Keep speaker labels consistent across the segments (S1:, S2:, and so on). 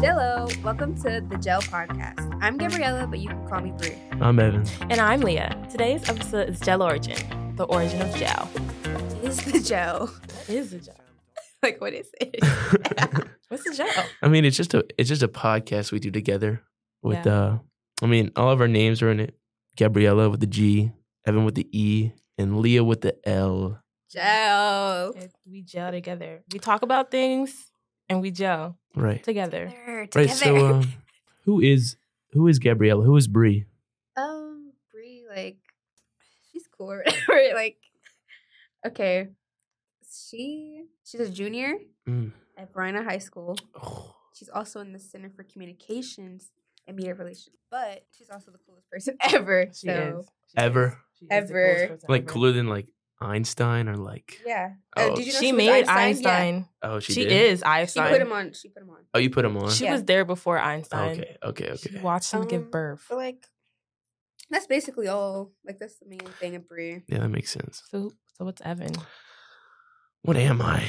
S1: Jello, welcome to the Gel Podcast. I'm Gabriella, but you can call me Brie.
S2: I'm Evan.
S3: And I'm Leah. Today's episode is Gel Origin, the origin of gel.
S1: Is the gel
S3: What is a gel?
S1: like what is it?
S3: What's a gel?
S2: I mean, it's just a it's just a podcast we do together with
S3: Yeah.
S2: uh I mean, all of our names are in it. Gabriella with the G, Evan with the E, and Leah with the L.
S1: Gel.
S3: It's- We gel together. We talk about things and we gel
S2: Right.
S3: together.
S2: Right. So um, who is who is Gabriella? Who is Bree?
S1: um, Brie, like she's cool, or whatever. Like, okay, she she's a junior
S2: Mm.
S1: at Brina High School.
S2: Oh,
S1: She's also in the Center for Communications and Media Relations, but she's also the coolest person ever.
S3: She
S1: so
S3: is. She
S2: Ever.
S3: is. She is the coolest
S1: Ever.
S3: person
S2: like
S3: ever.
S2: cooler than like Einstein or like
S1: yeah,
S2: Oh,
S1: did you know
S3: She
S1: was
S3: made
S1: Yeah.
S3: Einstein.
S2: oh
S3: She,
S2: she, did?
S3: is
S1: She
S3: Einstein.
S1: put him on. She put him on.
S2: Oh, you put him on.
S3: She
S1: Yeah.
S3: was there before
S2: Oh,
S3: Einstein.
S2: okay. Okay. Okay.
S3: She watched him
S1: Um,
S3: give birth.
S1: But like, that's basically all. Like that's the main thing of Brie.
S2: Yeah, that makes sense.
S3: So, so what's Evan?
S2: What am I?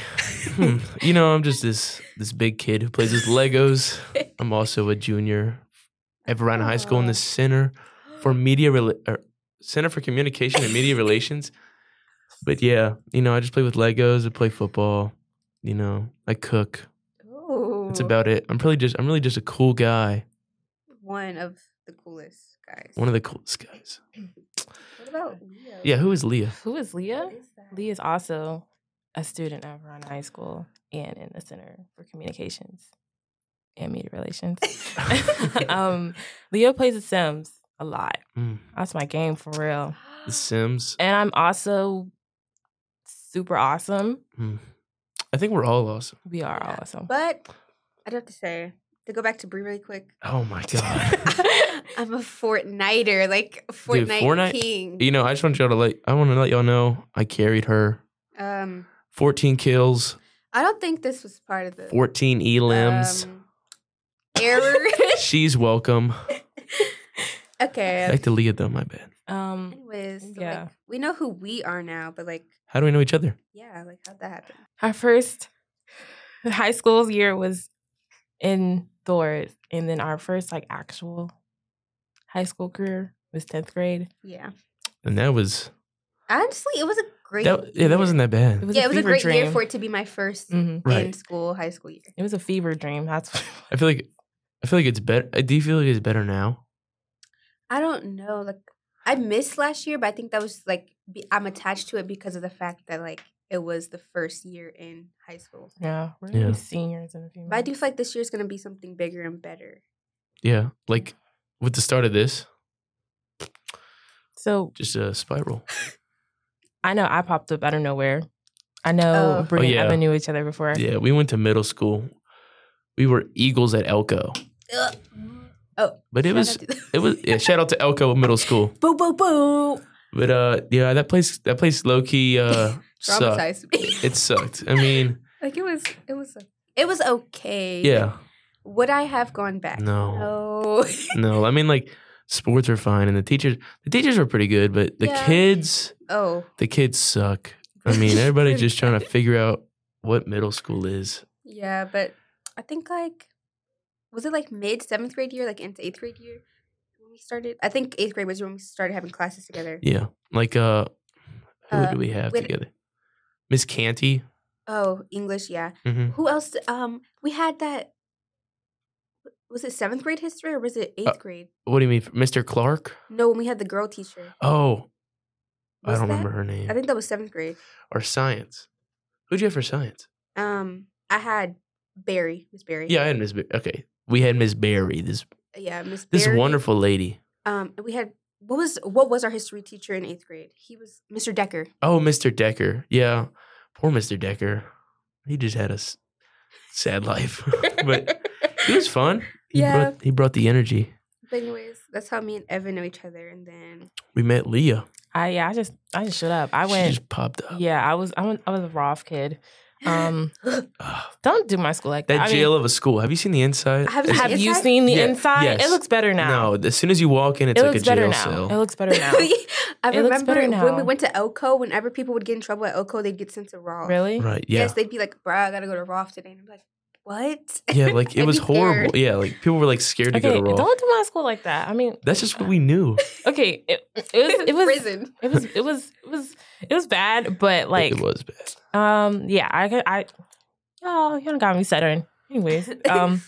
S2: Hmm. you know, I'm just this this big kid who plays with Legos. I'm also a junior at Verona High School in the Center for Media Rel- or Center for Communication and Media Relations. But yeah, you know, I just play with Legos. I play football. You know, I cook.
S1: Ooh.
S2: That's about it. I'm probably just I'm really just a cool guy.
S1: one of the coolest guys.
S2: One of the coolest guys.
S1: What about Leo?
S2: Yeah, who is Leah?
S3: Who is Leah?
S1: What is that?
S3: Lee is also a student at Verona High School and in the Center for Communications and Media Relations. um, Leo plays The Sims a lot.
S2: Mm,
S3: That's my game for real.
S2: the Sims.
S3: And I'm also super awesome.
S2: Mm. I think we're all awesome.
S3: We are
S1: Yeah.
S3: awesome.
S1: But I'd have to say to go back to Brie really quick.
S2: Oh my god.
S1: I'm a Fortniter, like Fortnite,
S2: Dude, Fortnite-
S1: king.
S2: you know, I just want y'all to let I want to let y'all know I carried her.
S1: Um,
S2: 14 kills,
S1: I don't think this was part of the
S2: 14 elims.
S1: um, error.
S2: She's welcome.
S1: okay.
S2: Back to Leah though, my bad.
S3: um,
S1: Anyways, so,
S3: Yeah.
S1: like, we know who we are now, but like,
S2: How do we know each other?
S1: yeah, like how'd that happen?
S3: our first high school year was indoors. And then our first like actual high school career was 10th grade.
S1: Yeah.
S2: And that was
S1: Honestly, it was a great.
S2: that yeah, that wasn't that bad.
S3: It was
S1: yeah, it was a
S3: fever
S1: great year
S3: dream.
S1: for it to be my 1st
S3: Mhm.
S2: Mm-hmm. right.
S1: in school, high school year.
S3: It was a fever dream. That's what
S2: I feel like I feel like it's better. Do you feel like it's better now?
S1: I don't know. Like I missed last year, but I think that was like be, I'm attached to it because of the fact that like it was the first year in high school.
S3: yeah, we're
S2: Yeah.
S3: gonna be seniors in a few months.
S1: But I do feel like this year's gonna be something bigger and better.
S2: Yeah. Like with the start of this,
S3: So
S2: just a spiral.
S3: I know I popped up out of nowhere. I know
S1: Oh.
S3: Brittany
S2: Oh, yeah.
S3: and Evan knew each other before.
S2: Yeah, we went to middle school. We were Eagles at Elko.
S1: Ugh. Oh,
S2: But it was it was yeah, shout out to Elko Middle School.
S1: boo boo boo.
S2: But uh yeah, that place that place low key uh sucked.
S1: Traumatized me.
S2: It sucked. I mean,
S1: like it was it was it was okay.
S2: yeah.
S1: Would I have gone back? No.
S2: No, I mean like sports are fine and the teachers the teachers were pretty good, but the
S1: Yeah.
S2: kids
S1: oh.
S2: the kids suck. I mean, everybody's just trying to figure out what middle school is.
S1: Yeah, but I think like was it like mid seventh grade year, like into eighth grade year when we started? I think eighth grade was when we started having classes together.
S2: Yeah. Like uh who
S1: Uh,
S2: do we have
S1: with-
S2: together? Miss Canty.
S1: Oh, English, yeah.
S2: hmm
S1: Who else? d- Um, we had that. Was it seventh grade history or was it
S2: Uh
S1: eighth grade?
S2: What do you mean? Mr. Clark?
S1: No, when we had the girl teacher.
S2: Oh, I
S1: Was
S2: don't remember
S1: that-
S2: her name.
S1: I think that was seventh grade.
S2: or science. Who'd you have for science?
S1: Um, I had Barry, Miss Barry.
S2: Yeah, I had Miss. Ba- okay, we had Miss Barry. This
S1: yeah, Miss.
S2: this
S1: Barry.
S2: wonderful lady.
S1: Um, and we had what was what was our history teacher in eighth grade? He was Mr. Decker.
S2: Oh, Mr. Decker. Yeah, poor Mr. Decker. He just had a s- sad life, but it was fun. He
S1: Yeah.
S2: brought, he brought the energy.
S1: But anyways, that's how me and Evan know each other, and then
S2: We met Leah.
S3: I yeah, I just I just showed up. I
S2: She
S3: went
S2: just popped up.
S3: yeah, I was I was, I was a Roth kid. Um
S2: Ah,
S3: don't do my school like that.
S2: that
S3: I mean,
S2: jail of a school. Have you seen the inside?
S1: I haven't
S2: It's-
S1: seen
S3: have you
S1: Inside?
S3: seen the
S2: Yeah,
S3: inside?
S2: yes.
S3: It looks better now.
S2: No, as soon as you walk in, it's
S3: it
S2: like
S3: looks
S2: a
S3: better
S2: jail
S3: now.
S2: cell.
S3: It looks better now.
S1: I
S3: It looks
S1: remember
S3: better
S1: when we
S3: now.
S1: went to Elko. Whenever people would get in trouble at Elko, they'd get sent to Raw.
S3: really?
S2: right? Yeah.
S1: Yes, they'd be like, "Bruh, I gotta go to Roth today," and I'm like, what?
S2: Yeah, like it
S1: I'd
S2: was
S1: be scared.
S2: horrible. Yeah, like people were like scared to
S3: Okay,
S2: go to Raw.
S3: don't do my school like that. I mean,
S2: That's just what we knew.
S3: okay, it, it was it was
S1: prison.
S3: it was it was it was it was bad, but like
S2: it was bad.
S3: Um, yeah, I could- I oh, you done got me stuttering. Anyways, um,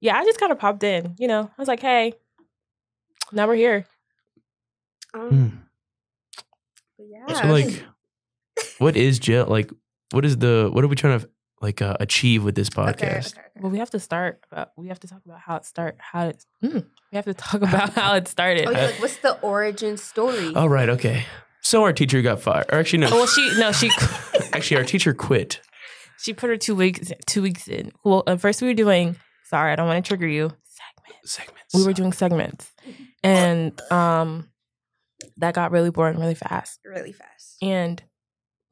S3: yeah, I just kind of popped in. You know, I was like, hey, now we're here.
S1: Um,
S3: mm,
S2: Hmm.
S1: but
S2: So
S1: yeah.
S2: like, what is jail? Like, what is the? What are we trying to like uh, achieve with this podcast?
S1: Okay, okay, okay.
S3: Well, we have to start. About, we have to talk about how it start. How it. Mm, we have to talk about how it started.
S1: Oh, yeah, like, what's the origin story?
S2: All Oh, right. Okay. So our teacher got fired. Or actually, no.
S3: Oh, Well, she no, she
S2: actually, our teacher quit.
S3: she put her two weeks two weeks in. Well, at first we were doing. Sorry, I don't want to trigger you.
S2: Segments.
S3: We were doing segments,
S1: Mm-hmm.
S3: and um, that got really boring really fast.
S1: really fast.
S3: And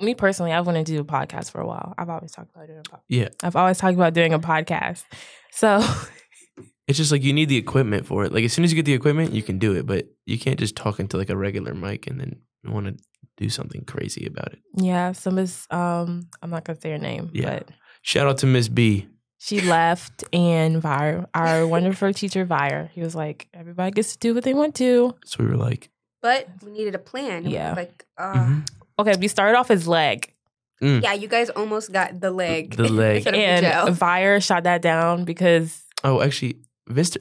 S3: me personally, I've wanted to do a podcast for a while. I've always talked about doing a podcast.
S2: Yeah.
S3: I've always talked about doing a podcast. So
S2: It's just like you need the equipment for it. Like as soon as you get the equipment, you can do it, but you can't just talk into like a regular mic and then want to do something crazy about it.
S3: yeah, so Miss um I'm not gonna say her name,
S2: Yeah.
S3: but
S2: Shout out to Miss B.
S3: she left and Vire, our wonderful teacher Vire, he was like, Everybody gets to do what they want to.
S2: So we were like,
S1: But we needed a plan.
S3: Yeah.
S1: Like, uh,
S2: mhm.
S3: Okay, we started off as leg.
S1: yeah, you guys almost got the leg.
S2: Hmm. The leg.
S1: instead of the
S3: And
S1: gel.
S3: Vire shot that down because
S2: oh, actually, Mister.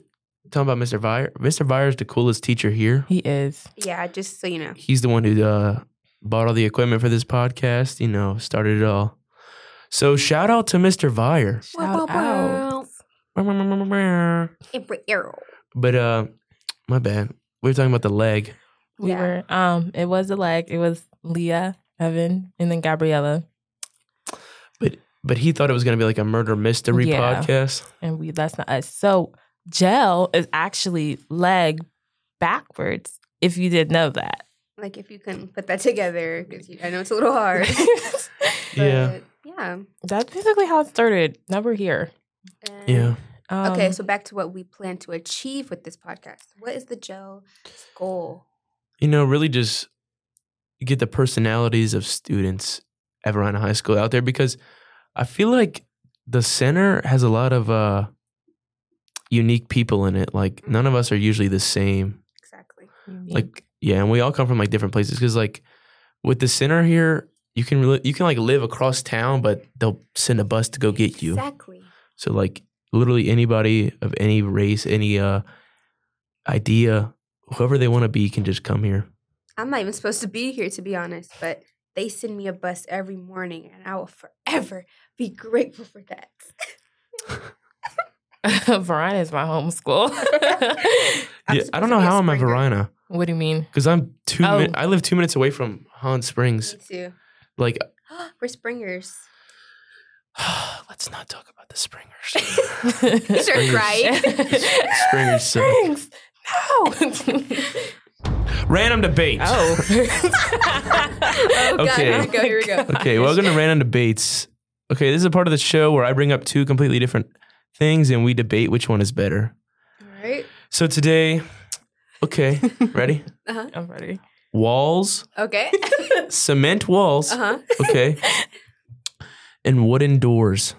S2: Talking about Mr. Vire. Mr. Vire is the coolest teacher here.
S3: he is.
S1: Yeah, just so you know.
S2: he's the one who uh, bought all the equipment for this podcast. You know, started it all. So shout out to Mr. Vire.
S3: Shout out.
S1: April Arrow.
S2: But uh, my bad. We were talking about the leg.
S3: We
S1: Yeah.
S3: were um it was the leg. It was Leah, Evan, and then Gabriella.
S2: But he thought it was gonna be like a murder mystery
S3: Yeah.
S2: podcast.
S3: and we that's not us. So gel is actually leg backwards. If you didn't know that,
S1: Like, if you can put that together, because I know it's a little hard. but,
S2: Yeah.
S1: Yeah.
S3: that's basically how it started. Now we're here.
S1: And-
S2: Yeah.
S3: Um,
S1: Okay, so back to what we plan to achieve with this podcast. What is the Joe's goal?
S2: You know, really just get the personalities of students at Verona High School out there because I feel like the center has a lot of uh unique people in it. Like none of us are usually the same.
S1: Exactly.
S2: like yeah and we all come from like different places because like with the center here you can really you can like live across town but they'll send a bus to go get you
S1: Exactly.
S2: so like literally anybody of any race any uh idea whoever they want to be can just come here
S1: I'm not even supposed to be here, to be honest, but they send me a bus every morning, and I will forever be grateful for that.
S3: Verona is my homeschool.
S2: yeah i don't know how i'm at verona
S3: what do you mean?
S2: because i'm two
S3: Oh.
S2: min- i live two minutes away from han
S1: Me
S2: springs
S1: too.
S2: like
S1: We're springers.
S2: let's not talk about the springers
S1: started crying.
S2: Springers suck.
S3: Springs. No.
S2: random debate
S3: oh.
S1: Oh, God,
S2: Okay.
S1: here we go. Here we go.
S2: Okay, welcome to Random Debates. Okay, this is a part of the show where I bring up two completely different things and we debate which one is better.
S1: All right.
S2: So today, okay, ready?
S1: Uh-huh.
S3: I'm ready.
S2: Walls,
S1: Okay.
S2: cement walls,
S1: Uh-huh.
S2: okay, and wooden doors.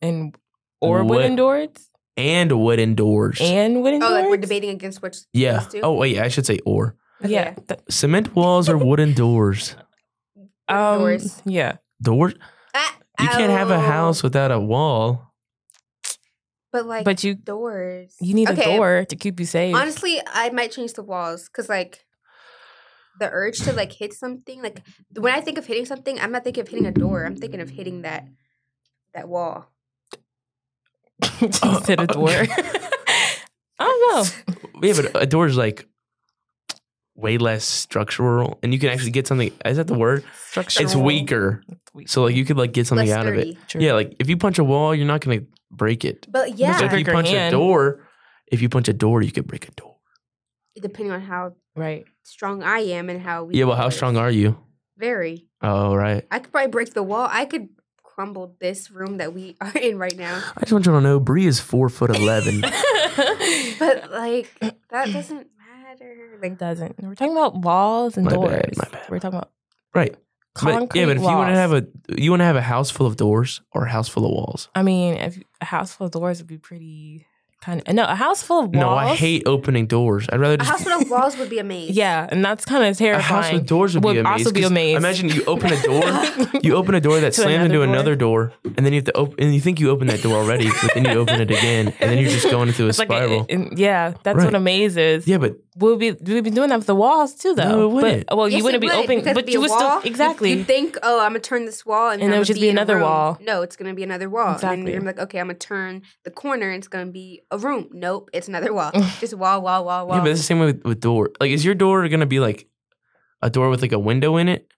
S3: And or
S2: What-
S3: wooden doors.
S2: And wooden doors.
S3: And wooden
S1: Oh,
S3: doors.
S1: like we're debating against which
S2: yeah.
S1: those two?
S2: Oh, wait, I should say or.
S1: Okay.
S3: Yeah. th-
S2: Cement walls or wooden doors?
S3: um,
S1: doors.
S3: Yeah.
S2: Doors?
S1: Ah,
S2: You can't have a
S1: ow.
S2: house without a wall.
S1: But like
S3: But you-
S1: doors.
S3: You need
S1: Okay,
S3: a door to keep you safe.
S1: Honestly, I might change the walls because like the urge to like hit something. Like when I think of hitting something, I'm not thinking of hitting a door. I'm thinking of hitting that that wall. Oh.
S3: She said a door. I don't know.
S2: Yeah, but a door is like way less structural and you can actually get something. Is that the word?
S3: Structure.
S2: it's weaker. So like you could like get something
S1: Less
S2: out of
S1: sturdy.
S2: it. Yeah, like if you punch a wall, you're not gonna break it.
S1: But
S2: But
S1: yeah,
S2: if you
S3: Break your
S2: punch
S3: hand.
S2: a door, if you punch a door, you could break a door.
S1: depending on how
S3: right.
S1: strong I am and how we
S2: Yeah, well, how strong are you?
S1: Very.
S2: Oh, right.
S1: I could probably break the wall. I could crumble this room that we are in right now.
S2: I just want you to know, Bree is four foot eleven.
S1: But like that doesn't matter. Like
S3: it doesn't. We're talking about walls and
S2: My bad,
S3: doors.
S2: my bad.
S3: We're talking about
S2: right. But,
S3: concrete
S2: yeah, but if you
S3: walls.
S2: want to have a you want to have a house full of doors or a house full of walls,
S3: I mean, if a house full of doors would be pretty kind of no, a house full of walls.
S2: No, I hate opening doors. I'd rather
S1: A
S2: just
S1: house with walls would be a maze.
S3: Yeah, and that's kind of
S2: a
S3: terrifying.
S2: house with doors would, be
S3: Would
S2: a maze.
S3: also be a
S2: 'cause
S3: maze.
S2: Imagine you open a door, you open a door that
S3: To
S2: slams into
S3: another door.
S2: another door, and then you have to open, and you think you opened that door already, but then you open it again, and then you're just going into a
S3: It's like
S2: spiral.
S3: and- yeah, that's
S2: Right.
S3: what a maze is.
S2: yeah, but
S3: We'll be we'll be doing that with the walls too, though.
S2: No, it wouldn't.
S3: But well,
S1: Yes,
S3: you wouldn't
S1: it
S3: be
S1: would,
S3: opening,
S1: because
S3: but
S1: it'd be
S3: you
S1: a
S3: would still
S1: wall.
S3: exactly.
S1: You think, oh, I'm gonna turn this wall, and,
S3: And
S1: it
S3: it would just be another wall.
S1: No, it's gonna be another wall. And then
S3: Exactly.
S1: you're like, okay, I'm gonna turn the corner, and it's gonna be a room. Nope, it's another wall. just wall, wall, wall, wall.
S2: yeah, but it's the same way with, with door. Like, is your door gonna be like a door with like a window in it,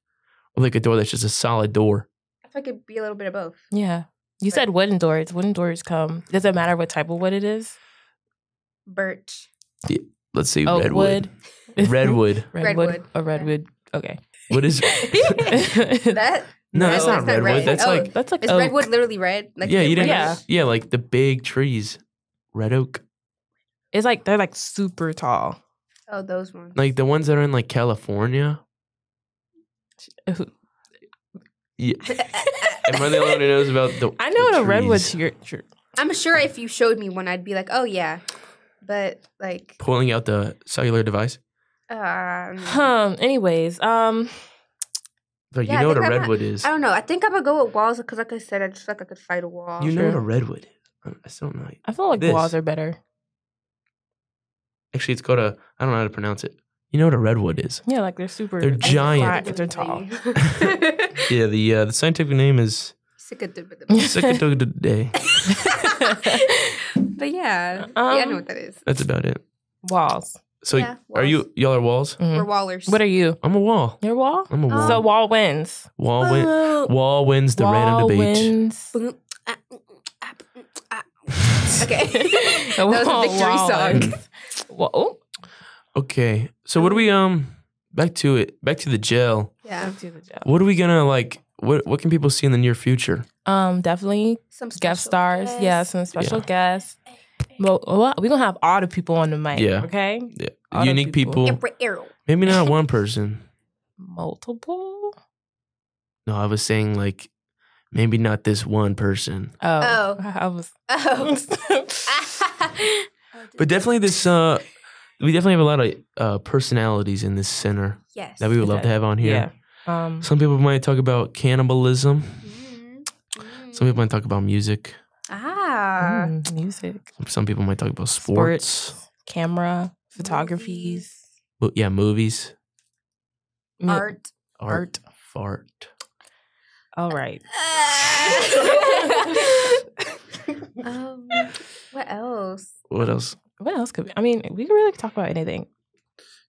S2: or like a door that's just a solid door?
S1: I feel like it'd be a little bit of both.
S3: yeah, you said wooden doors. Wooden doors come. Doesn't matter what type of wood it is.
S1: Birch.
S2: Let's say
S3: Oak
S2: redwood.
S3: wood.
S2: Redwood.
S3: redwood,
S1: Redwood.
S3: a redwood. Okay,
S2: What is?
S1: That
S2: No,
S1: No,
S2: that's
S1: it's
S2: not
S1: not
S2: redwood.
S1: red.
S2: That's
S1: Oh,
S2: like
S3: that's like
S1: is
S3: oak.
S1: redwood literally red.
S2: yeah,
S1: the
S2: you didn't.
S1: reddish?
S2: Yeah. like the big trees, red oak,
S3: It's like they're like super tall.
S1: Oh, those ones.
S2: like the ones that are in like California. Yeah. Am I the only one who knows about the?
S3: I know what
S2: the
S3: a redwood
S2: trees?
S3: tree. tree-
S1: I'm sure if you showed me one, I'd be like, oh yeah, but like,
S2: Pulling out the cellular device,
S1: um,
S3: Um. Anyways, um,
S2: but
S1: Yeah,
S2: you
S1: I
S2: know what a
S1: think I'm not-
S2: redwood is.
S1: I don't know. I think I'm gonna go with walls because, like I said, I just feel like I could fight a wall.
S2: You know what a
S3: Sure.
S2: redwood is. I- I still don't know.
S3: I feel like
S2: This.
S3: walls are better.
S2: Actually, it's called a. I don't know how to pronounce it. You know what a redwood is.
S3: Yeah, like they're super.
S2: They're giant.
S3: They're tall.
S2: Yeah, the uh, the scientific name is
S1: Sick of the-
S2: Day.
S1: but yeah, yeah, I
S3: Um,
S1: know what that is.
S2: That's about it.
S3: walls.
S2: So
S1: Yeah,
S2: are you y'all are walls?
S3: Mhm.
S1: We're wallers.
S3: What are you?
S2: I'm a wall.
S3: Your wall.
S1: Oh,
S2: I'm a wall.
S3: So wall wins.
S2: wall win, wall wins the random
S3: Wall
S2: debate.
S3: wins.
S1: Boom, ah, mm, ah, mm, ah. okay, that was a
S3: Wall-
S1: victory
S3: wall
S1: song.
S3: wins. Wall- oh,
S2: Okay. So what do we um back to it back to the gel.
S1: Yeah,
S3: do the job.
S2: What are we gonna like? What what can people see in the near future?
S3: Um, definitely
S1: some
S3: guest
S1: special
S3: stars.
S1: guests.
S3: Yeah, some special guests. Well, well, we gonna have all the people on the mic.
S2: Yeah.
S3: Okay.
S2: Yeah.
S3: All the
S2: Unique
S3: people.
S2: people.
S1: Emperor Arrow.
S2: Maybe not one person.
S3: Multiple.
S2: No, I was saying like maybe not this one person,
S3: Oh,
S1: Oh.
S3: I was.
S1: Oh.
S2: but definitely this. uh We definitely have a lot of uh personalities in this center
S1: yes.
S2: that we would love to have on here.
S3: yeah. Um.
S2: Some people might talk about cannibalism.
S1: Mm, mm.
S2: Some people might talk about music.
S1: ah.
S3: mm, music,
S2: Some people might talk about sports.
S3: sports, camera, photographies,
S1: movies,
S2: Mo- yeah, movies,
S3: mi-
S1: art.
S2: art, fart.
S3: All right.
S1: um, what else?
S2: What else?
S3: what else could we? I mean, we could really talk about anything.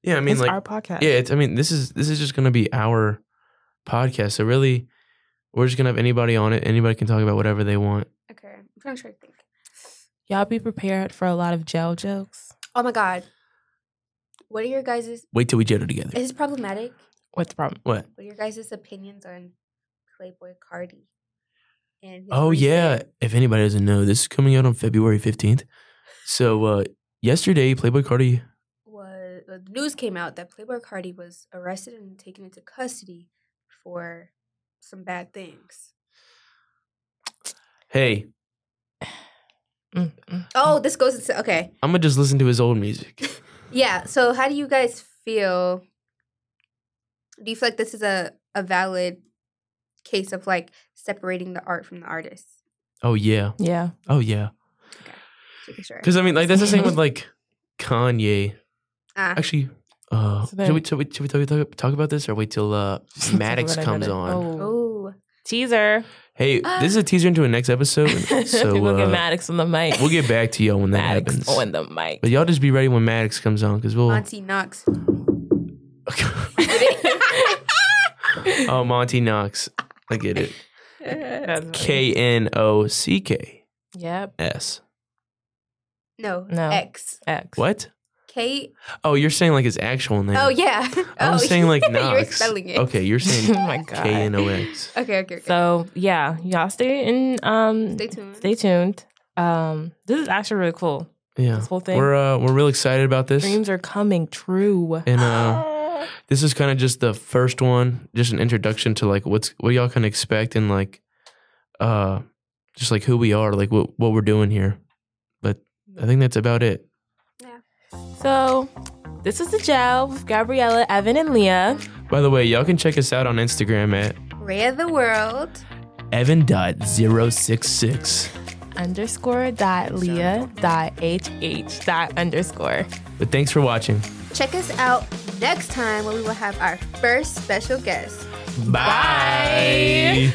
S2: Yeah, I mean,
S3: it's
S2: like,
S3: our podcast.
S2: yeah, it's, I mean, this is this is just gonna be our podcast. So really, we're just gonna have anybody on it. Anybody can talk about whatever they want.
S1: Okay, I'm trying to try to think.
S3: Y'all be prepared for a lot of gel jokes.
S1: Oh my god, what are your guys'? Is
S2: Wait till we jet it together.
S1: this problematic?
S3: What's the problem?
S2: What?
S1: What are your guys' opinions on Playboy Cardi? And his
S2: Oh yeah.
S1: recent-
S2: If anybody doesn't know, this is coming out on February fifteenth. So uh yesterday, Playboy Cardi.
S1: was uh, the news came out that Playboy Cardi was arrested and taken into custody for some bad things.
S2: Hey,
S3: Mm, mm.
S1: Oh, this goes into okay.
S2: I'm gonna just listen to his old music.
S1: Yeah. So, how do you guys feel? Do you feel like this is a a valid case of like separating the art from the artist?
S2: Oh yeah.
S3: Yeah.
S2: Oh yeah.
S1: Just making Sure.
S2: Because I mean, like that's the same with like Kanye.
S1: Ah,
S2: Actually, uh,
S3: So then-
S2: should we should we, should we talk, talk, talk about this or wait till uh, Maddox
S3: That's what I
S2: comes
S3: did.
S2: on?
S3: Oh.
S1: oh,
S3: Teaser.
S2: Hey, this is a teaser into a next episode, so
S3: we'll
S2: uh,
S3: get Maddox on the mic.
S2: we'll get back to y'all when that
S3: Maddox
S2: happens.
S3: on the mic.
S2: But y'all just be ready when Maddox comes on, because we'll.
S1: Auntie Knox.
S2: oh, Monty Knox. I get it.
S3: That's
S2: K N O C K
S3: right. Yep.
S2: S.
S1: no,
S3: No.
S1: X
S3: X.
S2: What?
S1: K.
S2: Oh, you're saying like his actual name?
S1: Oh yeah.
S2: I was
S1: oh,
S2: saying like
S1: you were
S2: Knox.
S1: spelling it.
S2: Okay, you're
S3: oh
S2: saying
S3: my
S2: K
S3: god.
S2: N O X.
S1: Okay. Okay. okay.
S3: So yeah, y'all stay in. Um,
S1: Stay tuned.
S3: Stay tuned. Um, this is actually really cool.
S2: Yeah,
S3: This whole thing.
S2: we're uh, we're real excited about this.
S3: Dreams are coming true.
S2: And uh, this is kind of just the first one, just an introduction to like what's what y'all can expect and like uh just like who we are, like what what we're doing here. But I think that's about it.
S3: So, this is the gel with Gabriella, Evan, and Leah.
S2: By the way, y'all can check us out on Instagram at
S1: Ray of the world.
S2: evan.066.
S3: Underscore dot Leah dot HH dot underscore.
S2: But thanks for watching.
S1: Check us out next time where we will have our first special guest.
S2: Bye.